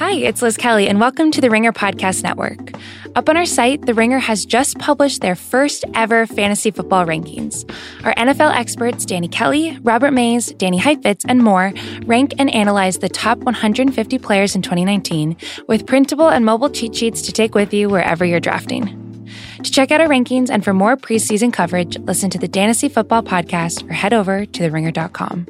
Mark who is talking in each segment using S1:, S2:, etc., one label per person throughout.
S1: it's Liz Kelly, and welcome to the Ringer Podcast Network. Up on our site, The Ringer has just published their first ever fantasy football rankings. Our NFL experts, Danny Kelly, Robert Mays, Danny Heifetz, and more, rank and analyze the top 150 players in 2019 with printable and mobile cheat sheets to take with you wherever you're drafting. To check out our rankings and for more preseason coverage, listen to the Fantasy Football Podcast or head over to theringer.com.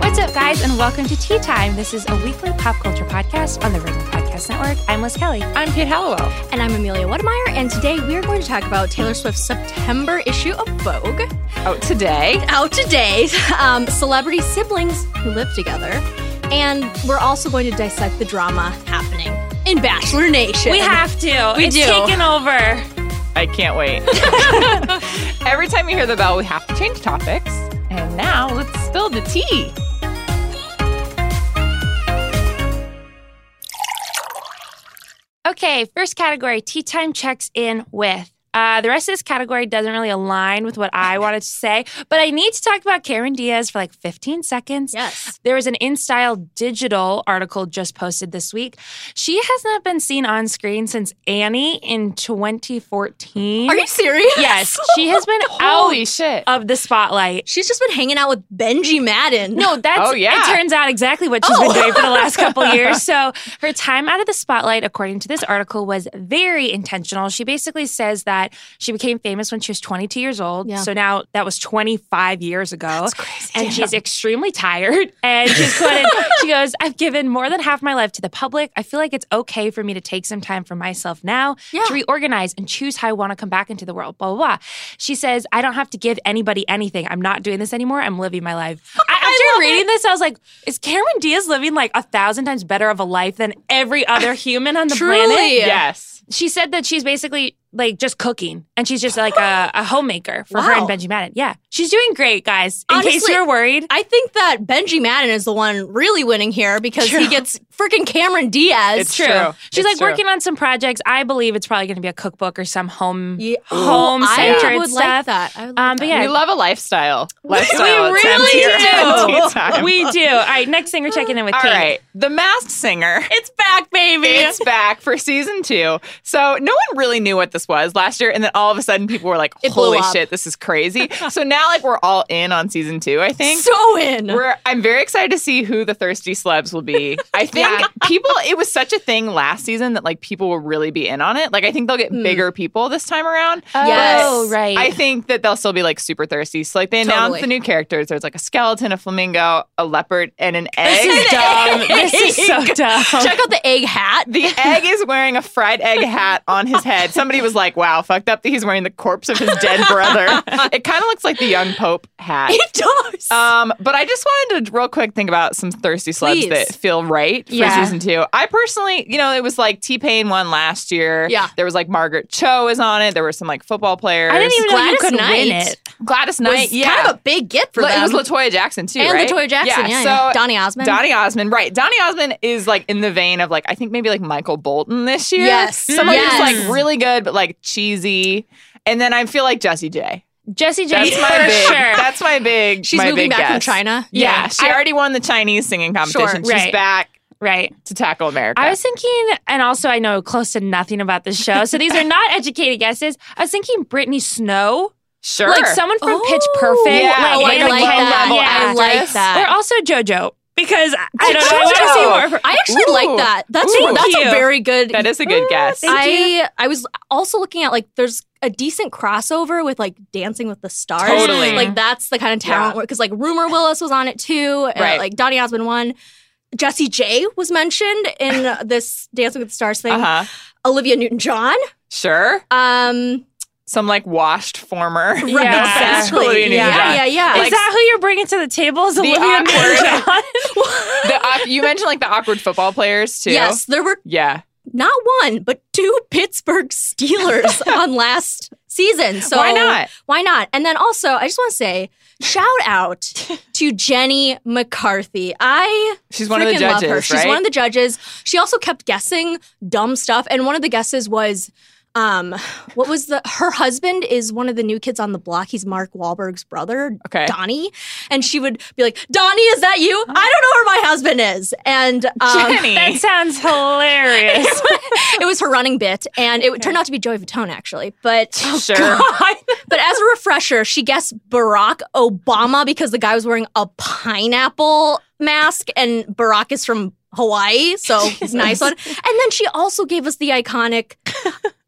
S1: What's up, guys, and welcome to Tea Time. This is a weekly pop culture podcast on the Ringer Podcast Network. I'm Liz Kelly.
S2: I'm Kate Hallowell.
S3: And I'm Amelia Wedemeyer, and today we are going to talk about Taylor Swift's September issue of Vogue.
S2: Out today.
S3: Out today, um, celebrity siblings who live together. And we're also going to dissect the drama happening in Bachelor Nation.
S1: to.
S3: We
S1: it's
S3: do.
S1: taken over.
S2: I can't wait. Every time you hear the bell, we have to change topics. And now let's spill the tea.
S1: Okay, first category tea time checks in with. Uh, the rest of this category doesn't really align with what I wanted to say, but I need to talk about Karen Diaz for like 15 seconds.
S3: Yes.
S1: There was an InStyle digital article just posted this week. She has not been seen on screen since Annie in 2014.
S3: Are you serious?
S1: Yes, she has been out
S2: Holy shit.
S1: of the spotlight.
S3: She's just been hanging out with Benji Madden.
S1: No, that's
S2: Oh, yeah.
S1: it turns out exactly what she's
S3: Oh.
S1: been doing for the last couple years. So her time out of the spotlight, according to this article, was very intentional. She basically says that she became famous when she was 22 years old.
S3: Yeah.
S1: So now that was 25 years ago.
S3: crazy.
S1: and she's extremely tired. And she's quoted, she goes, I've given more than half my life to the public. I feel like it's okay for me to take some time for myself now
S3: Yeah.
S1: to reorganize and choose how I want to come back into the world, blah, blah, blah. She says, I don't have to give anybody anything. I'm not doing this anymore. I'm living my life. I, after
S3: love
S1: reading this, I was like, is Cameron Diaz living like a thousand times better of a life than every other human on the planet?
S3: Truly.
S2: Yes.
S1: She said that she's basically like just cooking and she's just like a, a homemaker for her
S3: Wow.
S1: and Benji Madden. Yeah. She's doing great, guys. In case
S3: Honestly,
S1: you're worried.
S3: I think that Benji Madden is the one really winning here because he gets freaking Cameron Diaz.
S2: It's true. True.
S1: She's
S2: It's
S1: like
S2: true.
S1: working on some projects. I believe it's probably going to be a cookbook or some home
S3: Yeah.
S1: home centered
S3: Oh, I would
S1: stuff.
S3: like that. I would like
S1: Um, but
S3: that.
S1: yeah.
S2: We love a lifestyle. Lifestyle.
S1: We
S2: attempt
S1: really
S2: here
S1: do.
S2: at Tea Time.
S1: We do. All right, next thing we're checking in with
S2: All
S1: Kate.
S2: right. The Masked Singer.
S3: It's back, baby.
S2: It's back for season two. So no one really knew what this was last year, and then all of a sudden people were like,
S3: It blew
S2: "Holy
S3: up.
S2: shit, this is crazy!" so now like we're all in on season two. I think
S3: so in.
S2: We're, I'm very excited to see who the thirsty celebs will be. I think people, it was such a thing last season that like people will really be in on it. Like I think they'll get bigger people this time around.
S3: Yes.
S1: Hmm. Oh, right.
S2: I think that they'll still be like super thirsty. So like they announced
S3: Totally.
S2: the new characters. There's like a skeleton, a flamingo, a leopard, and an egg.
S1: this is dumb. Um, This is so dumb.
S3: Check out the egg hat.
S2: The egg is wearing a fried egg hat on his head. Somebody was like, wow, fucked up that he's wearing the corpse of his dead brother. It kind of looks like the young pope hat.
S3: It does.
S2: Um, but I just wanted to real quick think about some thirsty slubs
S3: Please.
S2: that feel right for
S1: Yeah.
S2: season two. I personally, you know, it was like T Pain won last year.
S3: Yeah.
S2: there was like Margaret Cho is on it. There were some like football players.
S1: I didn't even know you
S3: Gladys
S1: could win
S3: Knight.
S1: it.
S2: Gladys
S3: was
S2: Knight. yeah,
S3: kind of a big get for
S2: Le-
S3: them.
S2: it was Latoya Jackson too,
S3: and
S2: right?
S3: Latoya Jackson, yeah, yeah.
S2: so
S3: Donny Osmond.
S2: Donny Osmond, right? Donny Osmond is like in the vein of like I think maybe like Michael Bolton this year.
S3: Yes.
S2: someone
S3: Yes.
S2: who's like really good but like cheesy. And then I feel like Jesse J.
S1: Jesse J
S2: That's
S1: for
S2: my big.
S1: sure.
S2: That's my big.
S3: She's
S2: my
S3: moving
S2: big
S3: back from
S2: guess.
S3: China.
S2: Yeah,
S1: Yeah.
S2: she
S1: I-
S2: already won the Chinese singing competition.
S1: Sure,
S2: She's
S1: right.
S2: back
S1: right.
S2: to tackle America.
S1: I was thinking, and also I know close to nothing about the show, so these are not educated guesses. I was thinking Brittany Snow,
S2: sure.
S1: like someone from Pitch
S3: Oh.
S1: Perfect,
S2: Yeah,
S3: oh,
S1: like,
S3: I
S2: like a
S1: Anna
S3: like
S1: Kendrick.
S3: that.
S2: low-level
S1: Yeah.
S3: I like
S2: actress.
S1: Or
S3: that.
S1: also JoJo because I- I don't know. I want to
S2: JoJo.
S1: see more. of her.
S3: I actually
S2: Ooh.
S3: like that. That's
S1: Ooh.
S3: that's
S1: Thank you.
S3: a very good.
S2: that is a good guess.
S1: Thank
S3: I I was also looking at like there's a decent crossover with like Dancing with the Stars.
S2: Totally.
S3: Like that's the kind of talent because like Rumor Willis was on it too. and,
S2: Right.
S3: like Donny Osmond won. Jesse J was mentioned in uh, this Dancing with the Stars thing.
S2: Uh huh.
S3: Olivia Newton John.
S2: Sure.
S3: Um,
S2: Some like washed former.
S1: Yeah.
S3: exactly.
S2: Olivia
S3: Yeah,
S2: Newton-John.
S3: yeah, yeah.
S1: is that who you're bringing to the table? Is Olivia
S2: awkward-
S1: Newton-John?
S2: The awk- you mentioned like the awkward football players too.
S3: Yes, there were
S2: Yeah.
S3: not one, but two Pittsburgh Steelers on last season. So
S2: Why not?
S3: Why not? And then also, I just want to say shout out to Jenny McCarthy. I
S2: She's one of the
S3: freaking love
S2: judges,
S3: her. She's
S2: right?
S3: one of the judges. She also kept guessing dumb stuff, and one of the guesses was Um, what was the her husband is one of the new kids on the block. He's Mark Wahlberg's brother,
S2: Okay.
S3: Donnie, and she would be like, "Donnie, is that you? I don't know where my husband is." And um,
S2: Jenny.
S1: That sounds hilarious.
S3: it was her running bit, and it turned out to be Joey Fatone actually. But
S1: oh,
S2: sure.
S3: but as a refresher, she guessed Barack Obama because the guy was wearing a pineapple mask, and Barack is from Hawaii, so he's a nice one. And then she also gave us the iconic,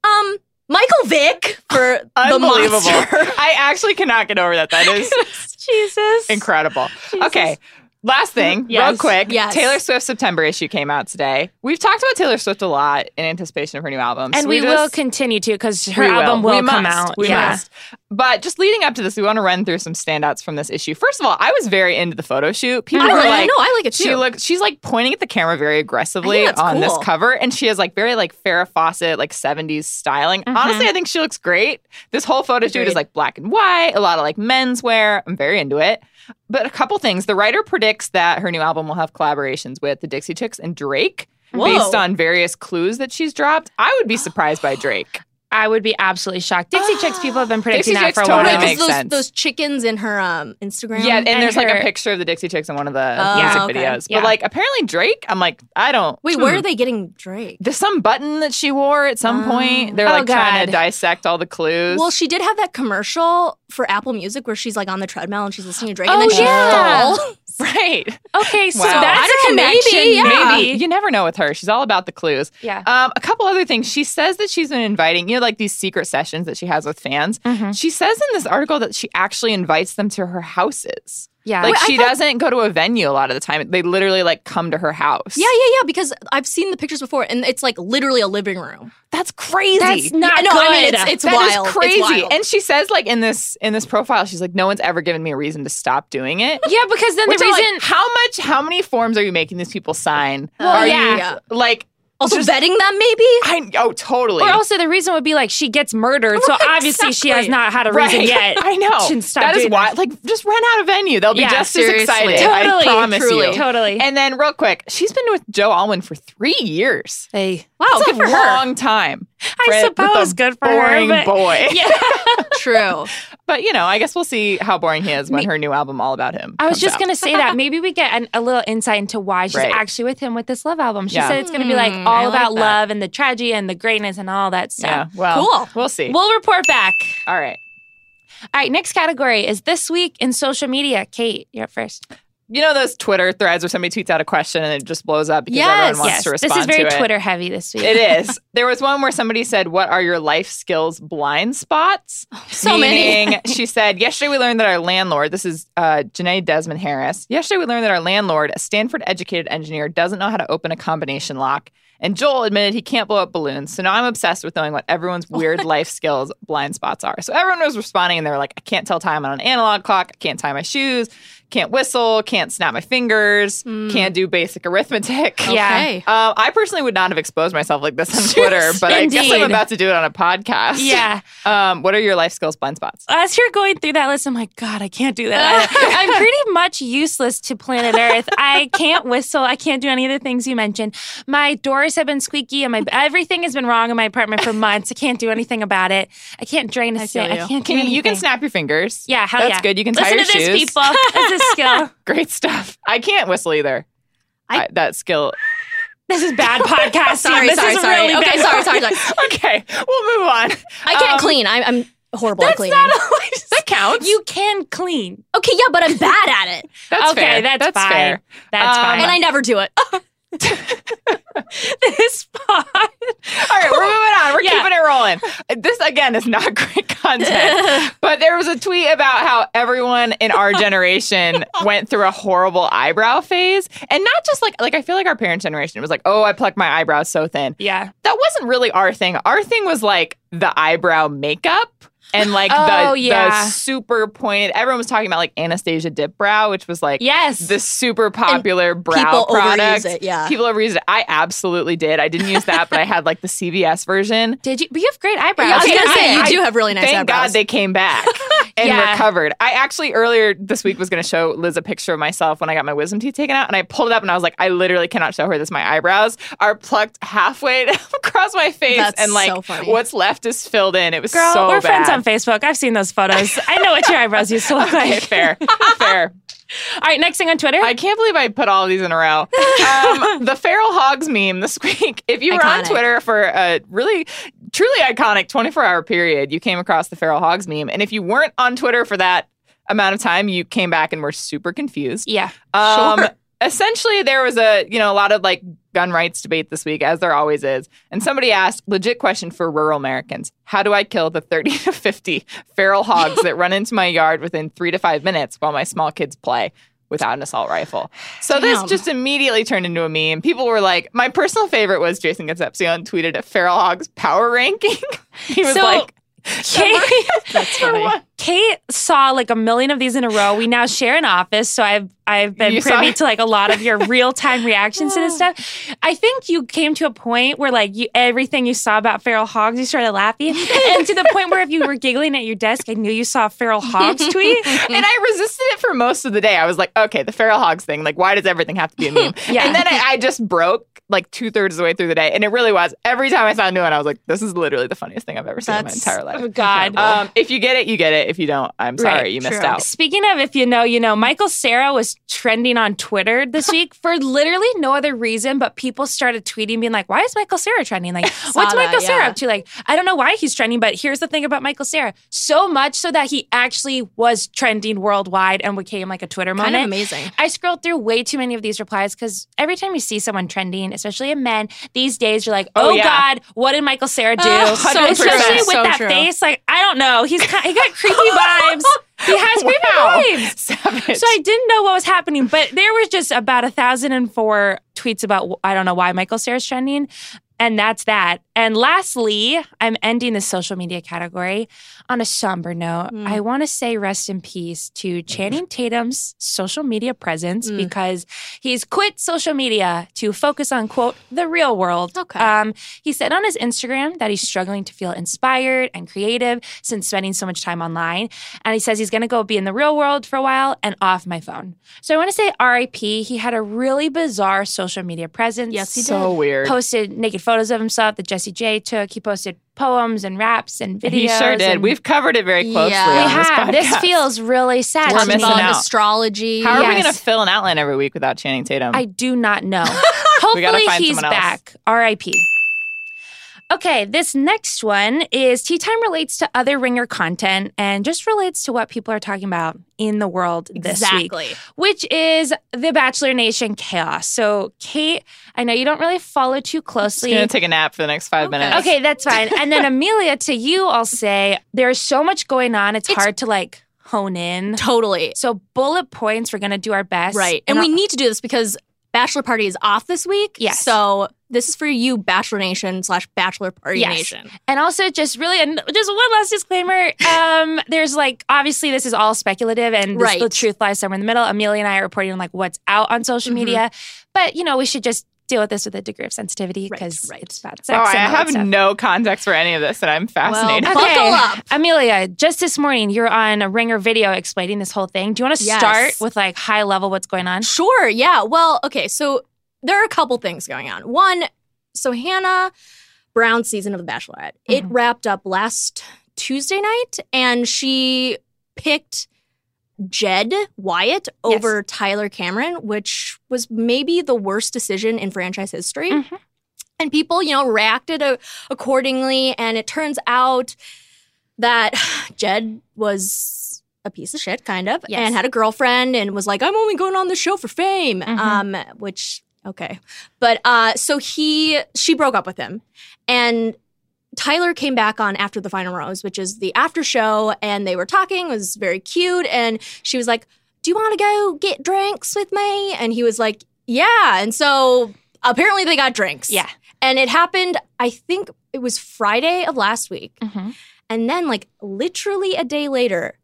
S3: um, Michael Vick for the
S2: Unbelievable.
S3: monster.
S2: I actually cannot get over that. That is
S1: Jesus.
S2: incredible. Okay. Last thing, real
S1: Yes.
S2: quick.
S3: Yes.
S2: Taylor Swift's September issue came out today. We've talked about Taylor Swift a lot in anticipation of her new album.
S1: And
S2: so
S1: we, will
S2: just-
S1: continue to because her
S2: we
S1: album
S2: We
S1: will come
S2: must.
S1: out.
S2: We
S1: yeah.
S2: must. But just leading up to this, we want to run through some standouts from this issue. First of all, I was very into the photo shoot. People
S3: I
S2: were
S3: like,
S2: like,
S3: no, I like it too.
S2: she looked she's like pointing at the camera very aggressively
S3: I think that's
S2: on this
S3: cool.
S2: cover and she has like very like Farrah Fawcett like 70s styling. Honestly, I think she looks great. This whole photo shoot is
S3: Mm-hmm. Agreed.
S2: like black and white, a lot of like menswear. I'm very into it. But a couple things. The writer predicts that her new album will have collaborations with the Dixie Chicks and Drake
S3: Whoa.
S2: based on various clues that she's dropped. I would be surprised by Drake.
S1: I would be absolutely shocked. Dixie Chicks people have been predicting
S2: Dixie
S1: that
S2: Chicks
S1: for a
S2: totally
S3: Wait,
S1: while.
S2: makes-
S3: because Oh, those
S2: sense.
S3: those chickens in her um Instagram.
S2: Yeah, and,
S1: and
S2: there's like
S1: her-
S2: a picture of the Dixie Chicks in one of the
S3: Oh,
S2: music
S3: okay.
S2: videos.
S1: Yeah.
S2: But like apparently Drake, I'm like, I don't Hmm.
S3: Wait, where are they getting Drake?
S2: There's some button that she wore at some point. They're
S1: Oh,
S2: like trying to
S1: God.
S2: dissect all the clues.
S3: Well, she did have that commercial for Apple Music where she's like on the treadmill and she's listening to Drake, and
S1: Oh,
S3: then she
S1: yeah.
S3: fell.
S2: right.
S1: Okay, so
S2: Wow.
S1: that's
S2: I
S1: a
S3: don't know, maybe,
S1: connection.
S3: yeah.
S2: Maybe. You never know with her. She's all about the clues.
S1: Yeah.
S2: Um, a couple other things. She says that she's been inviting, you know, like these secret sessions that she has with fans.
S1: Mm-hmm.
S2: She says in this article that she actually invites them to her houses.
S1: Yeah.
S2: Like
S1: Wait, I
S2: she doesn't go to a venue a lot of the time. They literally like come to her house.
S3: Yeah, yeah, yeah. Because I've seen the pictures before, and it's like literally a living room.
S2: That's crazy.
S1: That's not
S3: no, I mean
S1: good.
S3: it's it's
S2: That is
S3: wild. It's
S2: crazy.
S3: wild.
S2: And she says like in this in this profile, she's like, no one's ever given me a reason to stop doing it.
S1: yeah, because then
S2: Which
S1: the
S2: I'm like,
S1: reason
S2: how much, how many forms are you making these people sign?
S3: Well,
S2: are
S1: yeah.
S2: you
S3: Yeah.
S2: like?
S3: uh, also
S2: just-
S3: betting them maybe.
S2: I oh totally.
S1: Or also the reason would be like she gets murdered, so
S3: Right,
S1: obviously she has
S3: exactly.
S1: not had a
S2: Right.
S1: reason yet.
S2: I know.
S1: Shouldn't stop
S2: that is
S1: doing
S2: why.
S1: that.
S2: Like, just rent out a venue. They'll
S1: Yeah,
S2: be just
S3: seriously.
S2: as excited.
S1: Totally,
S2: I promise
S1: truly,
S2: you.
S1: totally.
S2: And then, real quick, she's been with Joe Alwyn for three years.
S1: Hey,
S3: Wow,
S2: That's
S3: good
S2: a
S3: for her.
S2: long time.
S1: I
S2: Fred with a
S1: suppose good for her,
S2: boring
S1: but-
S2: boy.
S1: yeah.
S3: True.
S2: But you know, I guess we'll see how boring he is when her new album, All About Him.
S1: I was
S2: comes
S1: just
S2: out.
S1: gonna say that maybe we get an, a little insight into why she's
S2: Right.
S1: actually with him with this love album. She
S2: Yeah.
S1: said it's gonna be like
S2: Hmm,
S3: Mm, I
S1: all
S3: like
S1: about
S3: that.
S1: love and the tragedy and the greatness and all that
S2: Yeah.
S1: stuff.
S2: Well,
S3: Cool.
S2: We'll see.
S1: We'll report back.
S2: All right.
S1: All right, next category is this week in social media. Kate, you're up first.
S2: You know those Twitter threads where somebody tweets out a question and it just blows up because
S3: Yes.
S2: everyone wants
S1: yes,
S2: to
S1: this
S2: respond
S1: is very
S2: to it.
S1: Twitter heavy this week.
S2: It is. There was one where somebody said, What are your life skills blind spots?
S3: So many.
S2: Meaning, she said, Yesterday we learned that our landlord, this is uh, Janae Desmond Harris, yesterday we learned that our landlord, a Stanford educated engineer, doesn't know how to open a combination lock. And Joel admitted he can't blow up balloons. So now I'm obsessed with knowing what everyone's weird life skills blind spots are. So everyone was responding and they were like, I can't tell time on an analog clock. I can't tie my shoes. Can't whistle. Can't snap my fingers.
S3: Hmm.
S2: Can't do basic arithmetic.
S1: Yeah.
S3: Okay.
S2: Uh, I personally would not have exposed myself like this on Twitter, but I guess
S1: Indeed.
S2: I'm about to do it on a podcast.
S1: Yeah.
S2: Um, what are your life skills blind spots?
S1: as you're going through that list, I'm like, God, I can't do that. I- I'm pretty much useless to planet Earth. I can't whistle. I can't do any of the things you mentioned. My doors have been squeaky, and my everything has been wrong in my apartment for months. I can't do anything about it. I can't drain a
S3: feel
S1: sink. I
S3: you.
S1: can't do
S2: Can you,
S1: anything.
S2: you can snap your fingers.
S1: Yeah, hell
S2: That's
S1: yeah.
S2: good. You can tie
S1: listen
S2: your
S1: to
S2: shoes.
S1: this, people. It's a skill.
S2: Great stuff. I can't whistle either.
S3: I-
S2: I, that skill.
S1: This is bad podcasting.
S3: Sorry,
S1: this
S3: sorry,
S1: is
S3: sorry.
S1: Really
S3: okay,
S1: bad
S3: sorry, sorry, sorry.
S2: Okay, we'll move on.
S3: I can't
S2: Um,
S3: clean. I, I'm horrible at
S2: That's
S3: cleaning.
S2: not always. That counts.
S1: You can clean.
S3: okay, yeah, but I'm bad at it,
S2: that's
S1: okay,
S2: fair.
S1: that's, fine.
S2: fair.
S1: That's
S2: Um,
S1: fine.
S3: and I never do it.
S1: this pod.
S2: All right, we're moving on. We're
S1: Yeah.
S2: keeping it rolling. This again is not great content, but there was a tweet about how everyone in our generation went through a horrible eyebrow phase, and not just like like I feel like our parents' generation was like, oh, I plucked my eyebrows so thin.
S1: Yeah.
S2: That wasn't really our thing. Our thing was like the eyebrow makeup. And like
S1: Oh,
S2: the,
S1: yeah.
S2: the super pointed, everyone was talking about like Anastasia Dipbrow, which was like
S1: Yes.
S2: the super popular brow
S3: people
S2: product.
S3: overuse it, yeah.
S2: people overused it. I absolutely did. I didn't use that, but I had like the CVS version.
S1: Did you? But you have great eyebrows.
S3: I was
S2: Okay,
S3: gonna say
S2: I-
S3: you
S2: I-
S3: do have really nice
S2: Thank
S3: eyebrows.
S2: God they came back. and
S1: Yeah.
S2: recovered. I actually earlier this week was going to show Liz a picture of myself when I got my wisdom teeth taken out, and I pulled it up and I was like, I literally cannot show her this. My eyebrows are plucked halfway across my face,
S3: That's
S2: and like
S3: so funny.
S2: what's left is filled in. It was
S1: Girl,
S2: so
S1: we're
S2: bad.
S1: friends on Facebook. I've seen those photos. I know what your eyebrows used to look
S2: Okay,
S1: like.
S2: fair, fair.
S1: All right, next thing on Twitter.
S2: I can't believe I put all of these in a row. Um, the feral hogs meme this week. If you were on
S3: Iconic.
S2: Twitter for a really, truly iconic 24 hour period, you came across the feral hogs meme. And if you weren't on Twitter for that amount of time, you came back and were super confused.
S1: yeah.
S2: Um,
S3: Sure.
S2: Essentially, there was a you know a lot of like gun rights debate this week, as there always is. And somebody asked legit question for rural Americans: How do I kill the thirty to fifty feral hogs that run into my yard within three to five minutes while my small kids play? Without an assault rifle. So this
S3: Damn.
S2: just immediately turned into a meme. People were like, my personal favorite was Jason Concepcion tweeted a feral hogs power ranking. he was
S1: So,
S2: like,
S1: Kate,
S3: That's
S2: "Number
S3: funny.
S2: one."
S1: Kate saw like a million of these in a row. We now share an office, so I've I've been
S2: You saw
S1: privy
S2: it?
S1: to like a lot of your real time reactions to this stuff. I think you came to a point where like you everything you saw about feral hogs, you started laughing, and to the point where if you were giggling at your desk, I knew you saw a feral hogs tweet.
S2: and I resisted it for most of the day. I was like, okay, the feral hogs thing. Like, why does everything have to be a meme?
S1: Yeah.
S2: And then I, I just broke like two thirds of the way through the day, and it really was. Every time I saw a new one, I was like, this is literally the funniest thing I've ever seen
S3: That's-
S2: in my entire
S1: Oh
S2: life.
S1: God.
S2: Um, if you get it, you get it. If you don't, I'm sorry,
S1: Right,
S2: you missed
S3: true.
S2: out.
S1: Speaking of, if you know, you know, Michael Sarah was trending on Twitter this week for literally no other reason but people started tweeting, being like, why is Michael Sarah trending? Like, what's
S3: that,
S1: Michael Sarah
S3: yeah.
S1: up to? Like, I don't know why he's trending, but here's the thing about Michael Sarah. So much so that he actually was trending worldwide and became like a Twitter
S3: Kind of
S1: moment.
S3: amazing.
S1: I scrolled through way too many of these replies because every time you see someone trending, especially in men, these days you're like, "Oh,
S2: Oh, yeah.
S1: God, what did Michael Sarah do?"
S3: Uh,
S1: so
S2: 100%.
S1: especially with
S3: So
S1: that
S3: true.
S1: face, like I don't know, he's ki- he got creepy vibes. He has creepy
S2: Wow.
S1: vibes.
S2: Savage.
S1: So I didn't know what was happening, but there was just about a thousand and four tweets about wh- I don't know why Michael Sarah's trending. And that's that. And lastly, I'm ending the social media category on a somber note.
S3: Mm.
S1: I want to say rest in peace to Channing Tatum's social media presence
S3: Mm.
S1: because he's quit social media to focus on quote the real world.
S3: Okay.
S1: Um, he said on his Instagram that he's struggling to feel inspired and creative since spending so much time online. And he says he's going to go be in the real world for a while and off my phone. So I want to say RIP. He had a really bizarre social media presence.
S3: Yes, he
S2: so weird.
S1: Posted naked photos of himself that Jesse J took. He posted poems and raps and videos.
S2: he sure did.
S1: and-
S2: We've covered it very closely.
S3: Yeah.
S2: on
S1: we
S3: done
S2: this
S1: have. This,
S2: podcast.
S1: feels really sad.
S2: We're
S1: to me.
S3: Talking
S2: missing
S3: about
S2: out.
S3: astrology.
S2: How are we
S1: Yes.
S2: going to fill an outline every week without Channing Tatum?
S1: I do not know.
S2: We gotta
S1: Hopefully
S2: find
S1: he's
S2: someone else.
S1: back. R.I.P. Okay, this next one is Tea Time relates to other ringer content and just relates to what people are talking about in the world this week
S3: exactly.
S1: which is the Bachelor Nation chaos. So, Kate, I know you don't really follow too
S2: just
S1: closely.
S2: going to take a nap for the next five
S3: Okay.
S2: minutes.
S1: Okay, that's fine. And then, Amelia, to you, I'll say there's so much going on, it's,
S3: It's-
S1: hard to like hone in.
S3: Totally.
S1: So, bullet points, we're going to do our best.
S3: Right. And, we
S1: I'll-
S3: need to do this because Bachelor Party is off this week.
S1: Yes.
S3: So this is for you, Bachelor Nation slash Bachelor Party
S1: Yes.
S3: Nation.
S1: And also, just really, and just one last disclaimer. Um, there's like, obviously, this is all speculative, and this-
S3: Right.
S1: the truth lies somewhere in the middle. Amelia and I are reporting on like what's out on social
S3: Mhm.
S1: media, but you know, we should just deal with this with a degree of sensitivity
S3: Right,
S1: because
S3: right.
S1: it's about
S2: Wow,
S1: sex.
S2: Oh, I
S1: and all that
S2: have
S1: stuff.
S2: no context for any of this, and I'm fascinated.
S3: Well, buckle up.
S1: Amelia, just this morning, you're on a Ringer video explaining this whole thing. Do you want to
S3: Yes.
S1: start with like high level what's going on?
S3: Sure. Yeah. Well, okay. So there are a couple things going on. One, so Hannah Brown's season of The Bachelorette, it
S1: Mhm.
S3: wrapped up last Tuesday night, and she picked Jed Wyatt over Tyler Cameron, which was maybe the worst decision in franchise history.
S1: Mhm.
S3: And people, you know, reacted a- accordingly. And it turns out that Jed was a piece of shit, kind of,
S1: Yes.
S3: and had a girlfriend and was like, I'm only going on the show for fame.
S1: Mhm.
S3: Um, which, okay. But uh, so he, she broke up with him. And Tyler came back on after the final rose, which is the after show. And they were talking, it was very cute. And she was like, Do you want to go get drinks with me? And he was like, Yeah. And so apparently they got drinks.
S1: Yeah.
S3: And it happened, I think it was Friday of last week.
S1: Mm-hmm.
S3: And then, like, literally a day
S1: Mm.
S3: later,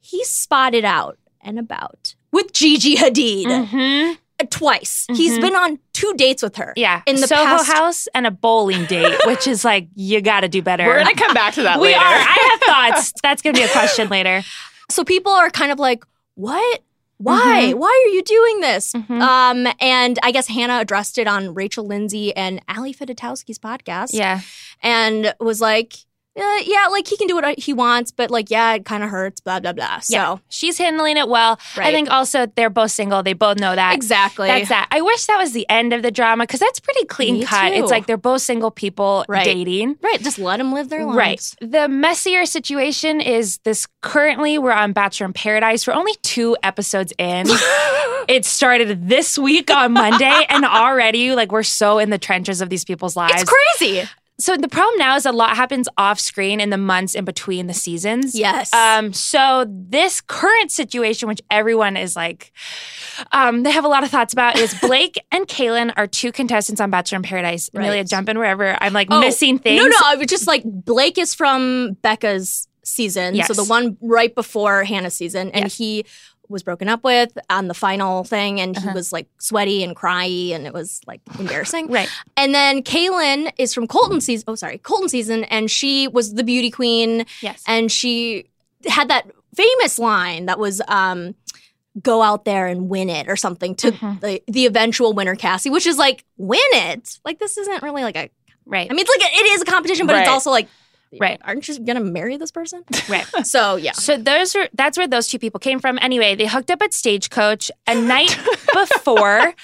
S3: he's spotted out and about with Gigi Hadid. twice. He's
S1: Mhm.
S3: been on two dates with her.
S1: Mm-hmm. Yeah.
S3: In the
S1: Soho
S3: past-
S1: House and a bowling date, which is like, you got to do better.
S2: We're gonna come back to that
S1: We
S2: later.
S1: are. I have thoughts. That's going to be a question later.
S3: So people are kind of like, what? Why?
S1: Mm-hmm.
S3: Why are you doing this?
S1: Mhm.
S3: Um, and I guess Hannah addressed it on Rachel Lindsay and Ali Fedotowsky's podcast.
S1: Yeah.
S3: And was like, uh, yeah, like he can do what I- he wants, but like, yeah, it kind of hurts, blah, blah, blah. So,
S1: Yeah. She's handling it well. I
S3: Right.
S1: think also they're both single. They both know that.
S3: exactly.
S1: That's that. I wish that was the end of the drama because that's pretty clean
S3: Me
S1: cut.
S3: too.
S1: It's like they're both single people
S3: Right.
S1: dating.
S3: Right. Just let them live their lives.
S1: Right. The messier situation is this currently we're on Bachelor in Paradise. We're only two episodes in. it started this week on Monday and already like we're so in the trenches of these people's lives.
S3: It's crazy.
S1: so the problem now is a lot happens off screen in the months in between the seasons.
S3: Yes.
S1: Um, so this current situation, which everyone is like, um, they have a lot of thoughts about, is Blake and Kaylin are two contestants on Bachelor in Paradise.
S3: Right.
S1: Amelia, jump in wherever I'm like
S3: Oh,
S1: missing things.
S3: No, no, I was just like Blake is from Becca's season,
S1: Yes.
S3: so the one right before Hannah's season, and
S1: Yes.
S3: he was broken up with on the final thing, and
S1: Uh-huh.
S3: he was like sweaty and cryy, and it was like embarrassing.
S1: Right. Mm-hmm.
S3: And then Kaylin is from Colton season. Oh, sorry, Colton season, and she was the beauty queen,
S1: Yes.
S3: and she had that famous line that was. um Go out there and win it, or something to
S1: Mhm.
S3: the, the eventual winner, Cassie, which is like win it. Like this isn't really like a
S1: Right.
S3: I mean, it's like it is a competition, but
S2: Right.
S3: it's also like,
S1: Right.
S3: Aren't you gonna marry this person?
S1: right.
S3: so yeah,
S1: So those are that's where those two people came from. Anyway, they hooked up at Stagecoach a night before.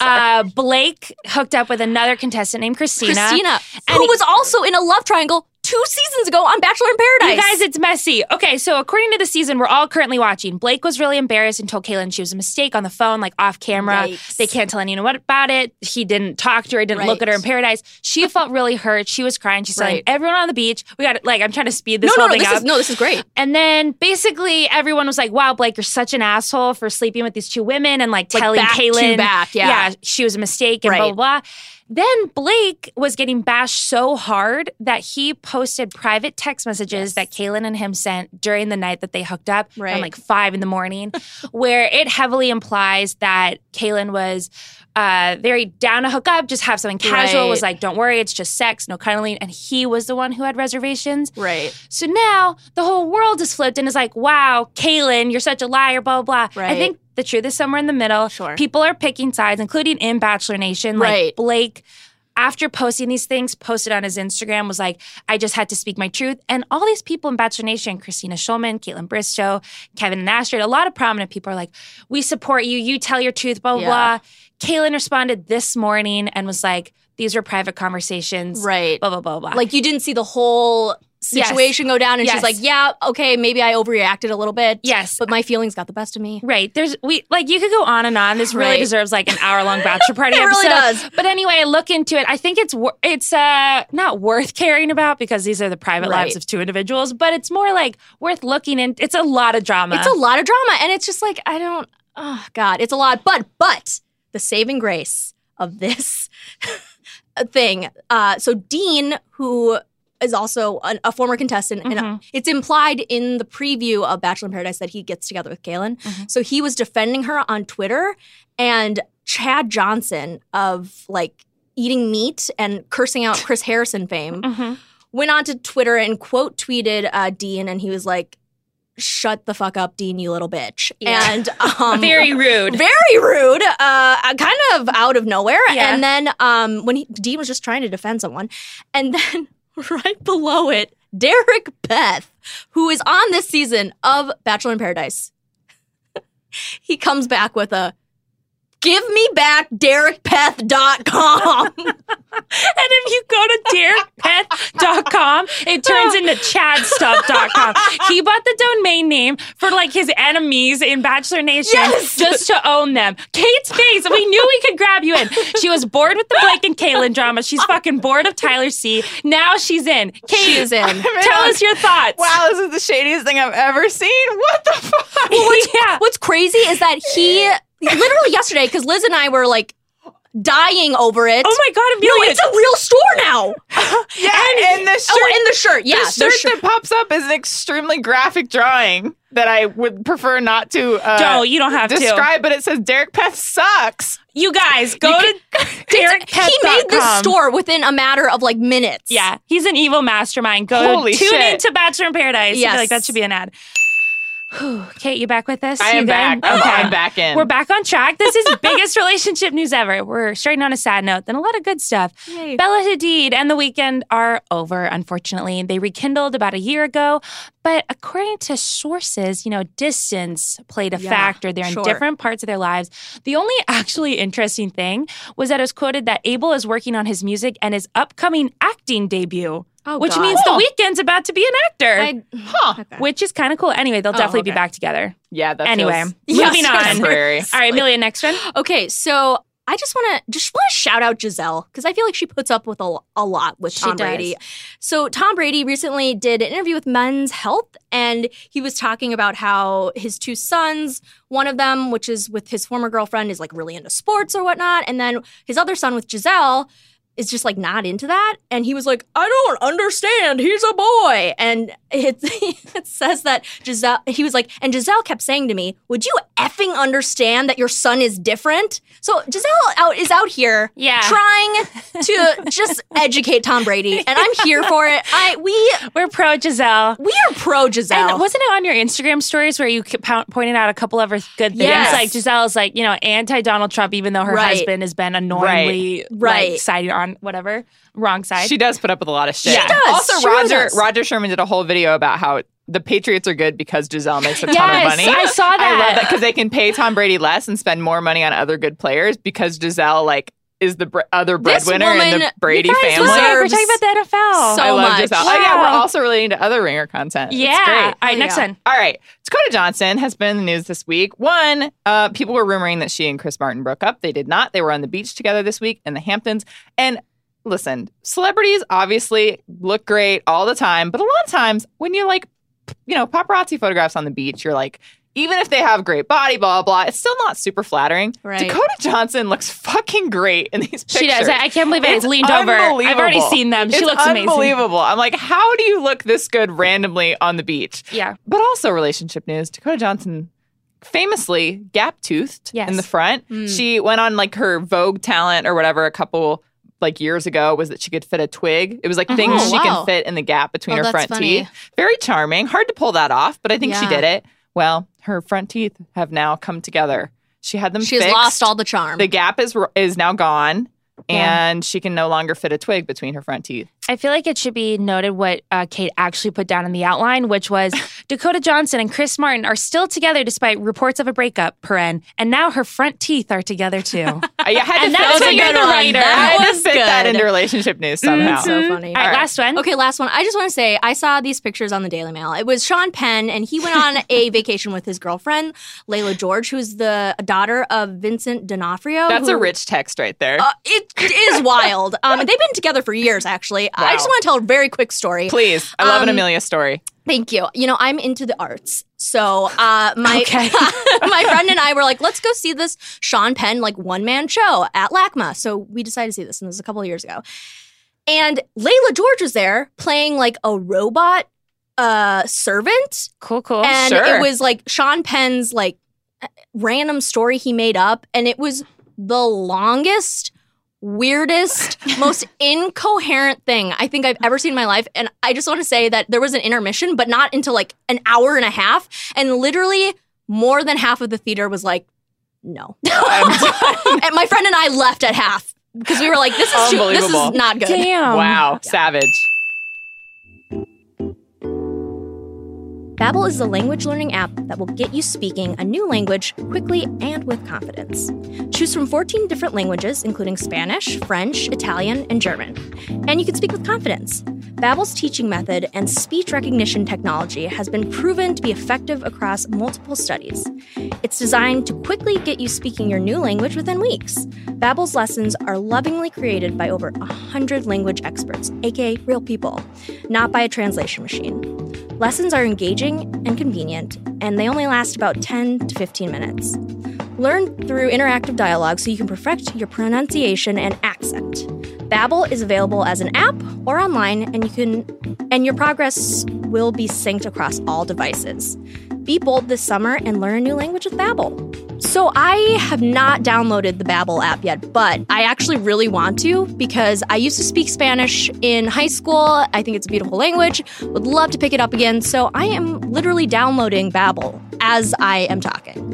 S1: uh, Blake hooked up with another contestant named Christina.
S3: Christina,
S1: And
S3: who
S1: he-
S3: was also in a love triangle two seasons ago on Bachelor in Paradise.
S1: You guys, it's messy. Okay, so according to the season we're all currently watching, Blake was really embarrassed and told Kaylin she was a mistake on the phone, like off camera.
S3: Yikes.
S1: They can't tell anyone what about it. He didn't talk to her. He didn't look at
S3: Right.
S1: her in paradise. She felt really hurt. She was crying. She's telling
S3: Right.
S1: everyone on the beach. We got like I'm trying to speed this
S3: no, no,
S1: whole
S3: no,
S1: thing
S3: this
S1: up.
S3: is no, this is great.
S1: and then basically everyone was like, "Wow, Blake, you're such an asshole for sleeping with these two women and like,
S3: Like
S1: telling
S3: back to
S1: Kaylin
S3: back, yeah.
S1: she was a mistake and blah
S3: Right.
S1: blah blah." Then Blake was getting bashed so hard that he posted private text messages that Kaylin and him sent during the night that they hooked up, around,
S3: Right.
S1: like five in the morning, where it heavily implies that Kaylin was uh, very down to hook up, just have something casual. Was
S3: Right.
S1: like, "Don't worry, it's just sex, no cuddling," and he was the one who had reservations.
S3: Right,
S1: So now the whole world is flipped and is like, wow, Kaylin, you're such a liar, blah, blah, blah. I
S3: Right.
S1: think the truth is somewhere in the middle.
S3: Sure.
S1: People are picking sides, including in Bachelor Nation. Like
S3: Right.
S1: Blake, after posting these things, posted on his Instagram, was like, I just had to speak my truth. And all these people in Bachelor Nation, Christina Schulman, Caitlin Bristow, Kevin and Astrid, a lot of prominent people are like, we support you, you tell your truth, blah, blah,
S3: Yeah.
S1: blah. Kaylin responded this morning and was like, these were private conversations,
S3: right.
S1: blah, blah, blah, blah.
S3: Like you didn't see the whole situation go down, and
S1: Yes.
S3: she's like, yeah, okay, maybe I overreacted a little bit.
S1: Yes,
S3: but my feelings got the best of me.
S1: Right. There's we like you could go on and on. This really
S3: Right.
S1: deserves like an hour long bachelor party
S3: It
S1: episode.
S3: really does.
S1: But anyway, I look into it. I think it's wor- it's uh not worth caring about because these are the private
S3: Right.
S1: lives of two individuals, but it's more like worth looking in. It's a lot of drama.
S3: It's a lot of drama, and it's just like I don't. Oh God, it's a lot. But but the saving grace of this thing. Uh, so Dean, who is also an, a former contestant, and uh,
S1: Mhm.
S3: it's implied in the preview of Bachelor in Paradise that he gets together with Kaylin.
S1: Mhm.
S3: So he was defending her on Twitter, and Chad Johnson of like eating meat and cursing out Chris Harrison fame
S1: Mhm.
S3: went onto Twitter and quote tweeted uh, Dean, and he was like, "Shut the fuck up, Dean, you little bitch,"
S1: Yeah.
S3: and um,
S1: very rude.
S3: very rude, uh, kind of out of nowhere.
S1: Yeah.
S3: And then um, when he, Dean was just trying to defend someone, and then right below it, Derek Beth, who is on this season of Bachelor in Paradise, he comes back with a. Give me back DerekPeth.com.
S1: And if you go to DerekPeth.com, it turns into ChadStuff.com. He bought the domain name for like his enemies in Bachelor Nation
S3: Yes!
S1: just to own them. Kate's face, we knew we could grab you in. She was bored with the Blake and Kaylin drama. She's fucking bored of Tyler C. Now she's in. Kate,
S3: She is in.
S1: tell us your thoughts.
S2: Wow, this is the shadiest thing I've ever seen. What the fuck?
S1: yeah.
S3: What's crazy is that he literally yesterday, because Liz and I were like dying over it.
S1: Oh my god,
S3: no,
S1: Amelia.
S3: it's a real store now.
S2: Yeah, and, the shirt,
S3: Oh, and the shirt. Yeah,
S2: the shirt that pops up is an extremely graphic drawing that I would prefer not to uh,
S1: no, you don't have to.
S2: describe, but it says Derek Peth sucks.
S1: You guys go to Derek.
S3: he made this store within a matter of like minutes.
S1: Yeah, he's an evil mastermind. Go
S2: Holy
S1: tune
S2: shit.
S1: in to Bachelor in Paradise. I
S3: Yes.
S1: feel like that should be an ad. Whew. Kate, you back with us?
S2: I
S1: You
S2: am
S1: good?
S2: back. I'm,
S1: Okay.
S2: I'm back in.
S1: We're back on track. This is biggest relationship news ever. We're starting on a sad note, then a lot of good stuff. Bella Hadid and The Weeknd are over, unfortunately. They rekindled about a year ago, but according to sources, you know, distance played a
S3: Yeah,
S1: factor. They're
S3: sure.
S1: in different parts of their lives. The only actually interesting thing was that it was quoted that Abel is working on his music and his upcoming acting debut,
S3: Oh,
S1: which
S3: God.
S1: means The Weeknd's about to be an actor.
S3: I,
S2: Huh.
S3: okay.
S1: which is kind of cool. Anyway, they'll
S3: Oh,
S1: definitely be
S3: okay.
S1: back together.
S2: Yeah, that
S1: Anyway,
S2: feels
S1: moving
S3: Yes.
S1: on.
S2: temporary.
S1: All right, Amelia, next one.
S3: Okay, so I just want to just want to shout out Giselle because I feel like she puts up with a, a lot with
S1: She
S3: Tom
S1: does.
S3: Brady. So Tom Brady recently did an interview with Men's Health, and he was talking about how his two sons, one of them, which is with his former girlfriend, is like really into sports or whatnot, and then his other son with Giselle is just like not into that. And he was like, I don't understand. He's a boy. And it, it says that Giselle, he was like, and Giselle kept saying to me, Would you effing understand that your son is different? So Giselle out is out here
S1: Yeah.
S3: trying to just educate Tom Brady. And I'm here for it. I we
S1: We're pro Giselle.
S3: we are pro Giselle.
S1: And wasn't it on your Instagram stories where you kept po- pointed out a couple of her good things?
S3: Yes.
S1: Like Giselle's like, you know, anti Donald Trump, even though her
S3: Right.
S1: husband has been annoyingly
S3: Right.
S1: like, siding on whatever, wrong side.
S2: She does put up with a lot of shit.
S1: She
S3: does.
S2: Also,
S3: She really
S2: Roger
S3: does.
S2: Roger Sherman did a whole video about how the Patriots are good because Giselle makes a ton
S1: Yes,
S2: of money.
S1: I saw
S2: I
S1: that.
S2: love that because they can pay Tom Brady less and spend more money on other good players because Giselle like is the bre- other
S3: This
S2: breadwinner in the
S3: woman-
S2: Brady
S1: Guys,
S2: family.
S1: look, we're
S3: deserves
S1: talking about the NFL.
S3: so
S2: I love
S3: much.
S2: Giselle. Oh yeah, we're
S1: Wow.
S2: also relating to other ringer content. It's
S1: yeah.
S2: great.
S1: All right,
S3: Oh,
S1: next
S3: yeah.
S1: one.
S2: All right. Dakota Johnson has been in the news this week. One, uh, people were rumoring that she and Chris Martin broke up. They did not. They were on the beach together this week in the Hamptons. And listen, celebrities obviously look great all the time, but a lot of times when you like, p- you know, paparazzi photographs on the beach, you're like, even if they have great body, blah, blah, blah, it's still not super flattering.
S3: Right.
S2: Dakota Johnson looks fucking great in these pictures.
S1: She does. I, I can't believe I
S2: It's
S1: leaned over. I've already
S2: unbelievable.
S1: seen them. She
S2: It's
S1: looks amazing.
S2: unbelievable. I'm like, how do you look this good randomly on the beach?
S1: Yeah.
S2: But also relationship news. Dakota Johnson famously gap toothed
S1: Yes.
S2: in the front.
S3: Mm.
S2: She went on like her Vogue talent or whatever a couple like years ago was that she could fit a twig. It was like things
S3: Oh,
S2: she
S3: wow.
S2: can fit in the gap between
S3: Oh,
S2: her
S3: that's
S2: front
S3: funny.
S2: teeth. Very charming. Hard to pull that off, but I think she
S3: Yeah.
S2: did it. Well, her front teeth have now come together. She had them
S3: She's
S2: fixed.
S3: lost all the charm.
S2: The gap is is now gone,
S1: Yeah.
S2: and she can no longer fit a twig between her front teeth.
S1: I feel like it should be noted what uh, Kate actually put down in the outline, which was Dakota Johnson and Chris Martin are still together despite reports of a breakup, paren, and now her front teeth are together too.
S2: I had
S1: And
S2: to
S1: that's
S2: fit
S1: when
S2: it
S1: you're
S2: in.
S1: the
S3: one.
S1: writer.
S2: I
S3: That
S2: had to
S3: was
S2: fit that
S3: good.
S2: into relationship news somehow.
S3: so funny.
S1: All right,
S2: All right.
S1: last one.
S3: Okay, last one. I just want to say I saw these pictures on the Daily Mail. It was Sean Penn, and he went on a vacation with his girlfriend, Layla George, who's the daughter of Vincent D'Onofrio.
S2: That's
S3: who-
S2: a rich text right there.
S3: Uh, it is wild. Um, and they've been together for years, actually. I just
S2: Wow.
S3: want to tell a very quick story.
S2: Please, I love an
S3: um,
S2: Amelia story.
S3: Thank you. You know, I'm into the arts. So uh, my
S1: Okay.
S3: my friend and I were like, let's go see this Sean Penn like one man show at LACMA. So we decided to see this, and this was a couple of years ago. And Layla George was there playing like a robot uh servant
S1: Cool, cool.
S3: and
S2: Oh, sure.
S3: it was like Sean Penn's like random story he made up, and it was the longest, weirdest, most incoherent thing I think I've ever seen in my life. And I just want to say that there was an intermission, but not until like an hour and a half, and literally more than half of the theater was like, "No."
S2: Oh, Um,
S3: and my friend and I left at half because we were like, "This is too, this is
S2: Unbelievable.
S3: not good."
S1: Damn.
S2: wow, savage.
S3: Babbel is the language learning app that will get you speaking a new language quickly and with confidence. Choose from 14 different languages including Spanish, French, Italian, and German. And you can speak with confidence. Babbel's teaching method and speech recognition technology has been proven to be effective across multiple studies. It's designed to quickly get you speaking your new language within weeks. Babbel's lessons are lovingly created by over 100 language experts, aka real people, not by a translation machine. Lessons are engaging and convenient, and they only last about 10 to 15 minutes. Learn through interactive dialogue so you can perfect your pronunciation and accent. Babbel is available as an app or online and you can and your progress will be synced across all devices. Be bold this summer and learn a new language with Babbel. So I have not downloaded the Babbel app yet, but I actually really want to because I used to speak Spanish in high school. I think it's a beautiful language. Would love to pick it up again. So I am literally downloading Babbel as I am talking.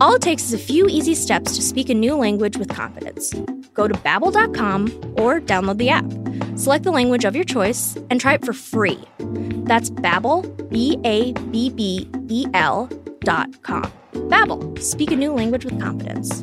S3: All it takes is a few easy steps to speak a new language with confidence. Go to babbel.com or download the app. Select the language of your choice and try it for free. That's Babbel, B A B B E L dot com. Babbel, speak a new language with confidence.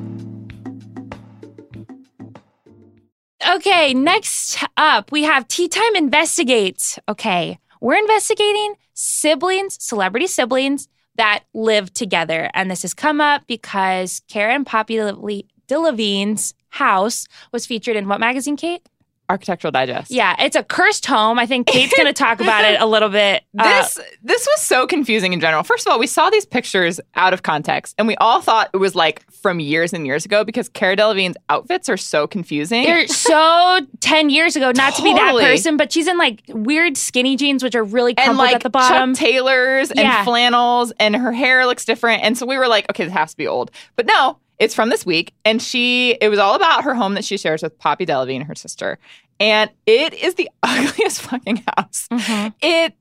S1: Okay, next up, we have Tea Time Investigates. Okay, we're investigating siblings, celebrity siblings that live together. And this has come up because Karen and Poppy Dele- Delevingne's house was featured in what magazine, Kate?
S2: Architectural Digest.
S1: Yeah, it's a cursed home. I think Kate's going to talk about it a little bit. uh,
S2: This this was so confusing in general. First of all, we saw these pictures out of context, and we all thought it was like from years and years ago because Cara Delevingne's outfits are so confusing.
S1: They're er, so 10 years ago, not to be that
S2: Totally.
S1: person, but she's in like weird skinny jeans, which are really crumpled
S2: and like
S1: at the bottom.
S2: Chuck Taylors
S1: Yeah.
S2: and flannels, and her hair looks different. And so we were like, okay, this has to be old. But no, it's from this week, and she it was all about her home that she shares with Poppy Delevingne, her sister, and it is the ugliest fucking house.
S1: Mhm.
S2: It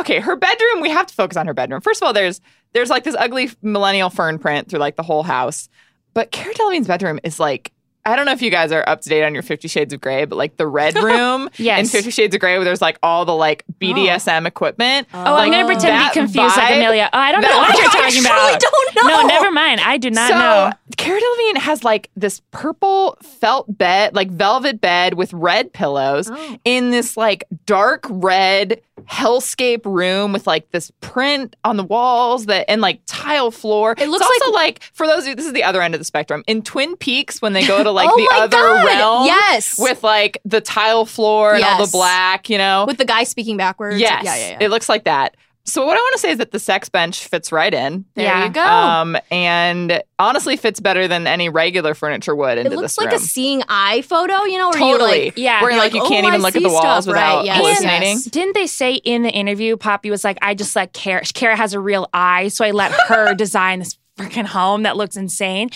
S2: okay, her bedroom. We have to focus on her bedroom. First of all, there's there's like this ugly millennial fern print through like the whole house, but Cara Delevingne's bedroom is like. I don't know if you guys are up to date on your Fifty Shades of Grey, but like the red room
S1: Yes.
S2: in Fifty Shades of Grey, where there's like all the like BDSM equipment.
S1: Oh, I'm
S2: Like,
S1: going to pretend to
S2: that
S1: be confused like
S2: vibe-
S1: Amelia. Oh, I don't know
S2: that-
S1: what you're
S2: I
S1: talking about.
S3: don't know.
S1: No, never mind. I do not
S2: so
S1: know.
S2: Cara Delevingne has like this purple felt bed, like velvet bed with red pillows
S3: Oh.
S2: in this like dark red hellscape room with like this print on the walls that and like tile floor. It
S3: looks
S2: it's also like, for those of you, this is the other end of the spectrum. In Twin Peaks, when they go to like
S3: Oh
S2: the
S3: my
S2: other
S3: God.
S2: realm,
S3: Yes.
S2: with like the tile floor and all
S3: Yes.
S2: the black, you know,
S3: With the guy speaking backwards.
S2: Yes.
S3: Yeah, yeah, yeah.
S2: It looks like that. So what I want to say is that the sex bench fits right in.
S3: there
S1: Yeah.
S3: you go.
S2: Um, and honestly fits better than any regular furniture would into
S3: it looks
S2: this
S3: like
S2: room.
S3: a seeing eye photo, you know, where
S2: totally.
S3: you like
S1: yeah,
S2: Where
S1: you're
S2: like,
S3: like,
S2: you can't
S3: "Oh,
S2: even
S3: I
S2: look at
S3: see
S2: the walls
S3: stuff,"
S2: without
S3: right, yes,
S2: hallucinating.
S3: yes.
S1: Didn't they say in the interview, Poppy was like, I just let Kara, Kara has a real eye, so I let her design this freaking home that looks insane.